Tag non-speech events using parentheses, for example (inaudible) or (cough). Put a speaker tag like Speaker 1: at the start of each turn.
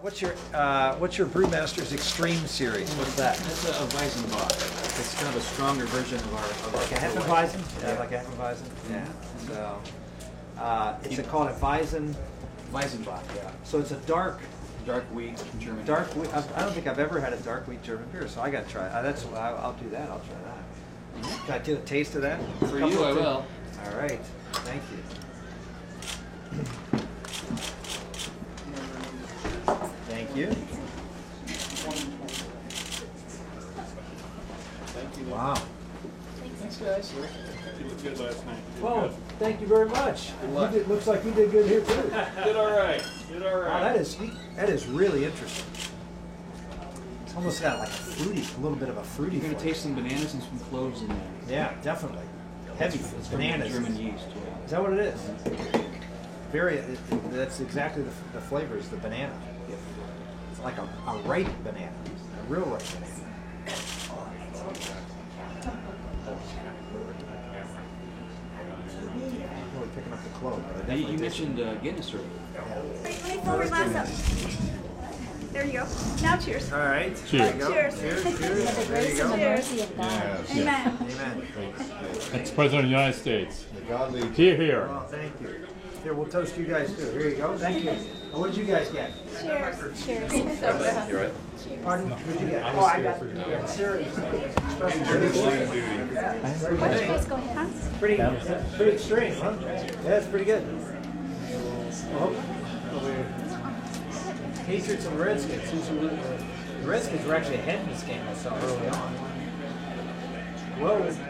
Speaker 1: What's your, uh, what's your Brewmasters Extreme series? What's that?
Speaker 2: That's a, a Weissenbach. It's kind of a stronger version of our. Of our
Speaker 1: Like a
Speaker 2: Hefeweizen.
Speaker 1: Hefeweizen?
Speaker 2: Yeah.
Speaker 1: Yeah, like a Hefeweizen? Yeah. So, uh, it's a- called a Weizen,
Speaker 2: Weissenbach, yeah.
Speaker 1: so it's a dark,
Speaker 2: Dark wheat, German.
Speaker 1: dark wheat, I I don't think I've ever had a dark wheat German beer, so I gotta try, it. Uh, that's, I'll I'll do that, I'll try that. Can I get a taste of that?
Speaker 2: For you, I will.
Speaker 1: All right, thank you. Thank you.
Speaker 3: Thank you.
Speaker 1: Wow.
Speaker 3: Thanks, guys. You looked good last night. Did
Speaker 1: Well, thank you very much.
Speaker 2: Good luck.
Speaker 1: You did, looks like you did good here too. (laughs) wow,
Speaker 3: good. Did all right. Did all right.
Speaker 1: that is that is really interesting. It's almost got like a fruity, a little bit of a fruity.
Speaker 2: You're gonna
Speaker 1: flavor.
Speaker 2: taste some bananas and some cloves in there.
Speaker 1: Yeah, definitely. Heavy
Speaker 2: It's from
Speaker 1: bananas.
Speaker 2: German
Speaker 1: Is
Speaker 2: yeast, yeah.
Speaker 1: that what it is? Very. It, it- that's exactly the, the flavor is the banana. It's like a, a ripe banana, a real ripe banana. I'm really picking up the clove, but I
Speaker 2: Now, you,
Speaker 1: definitely
Speaker 2: you
Speaker 1: taste it.
Speaker 2: mentioned uh, Guinness earlier.
Speaker 4: Wait, wait, forward, glass up. There you go. Now cheers.
Speaker 1: All right.
Speaker 4: Cheers. (laughs) Cheers.
Speaker 1: Cheers. Cheers. There you
Speaker 5: Grace and the
Speaker 1: go.
Speaker 5: mercy of God.
Speaker 4: Amen.
Speaker 1: Amen.
Speaker 6: Ex-President of the United States.
Speaker 7: Godly
Speaker 6: Here, here.
Speaker 1: Well, thank you. Here, we'll toast you guys too. Here you go. Thank you. And what did you guys get?
Speaker 4: Cheers.
Speaker 1: Pardon? What did you get? Oh, I got
Speaker 5: Grace, go ahead.
Speaker 1: Pretty, pretty extreme, huh? Yeah, that's pretty good. Oh. Patriots and Redskins. Who's who? The Redskins were actually ahead in this game, I saw early on. Well,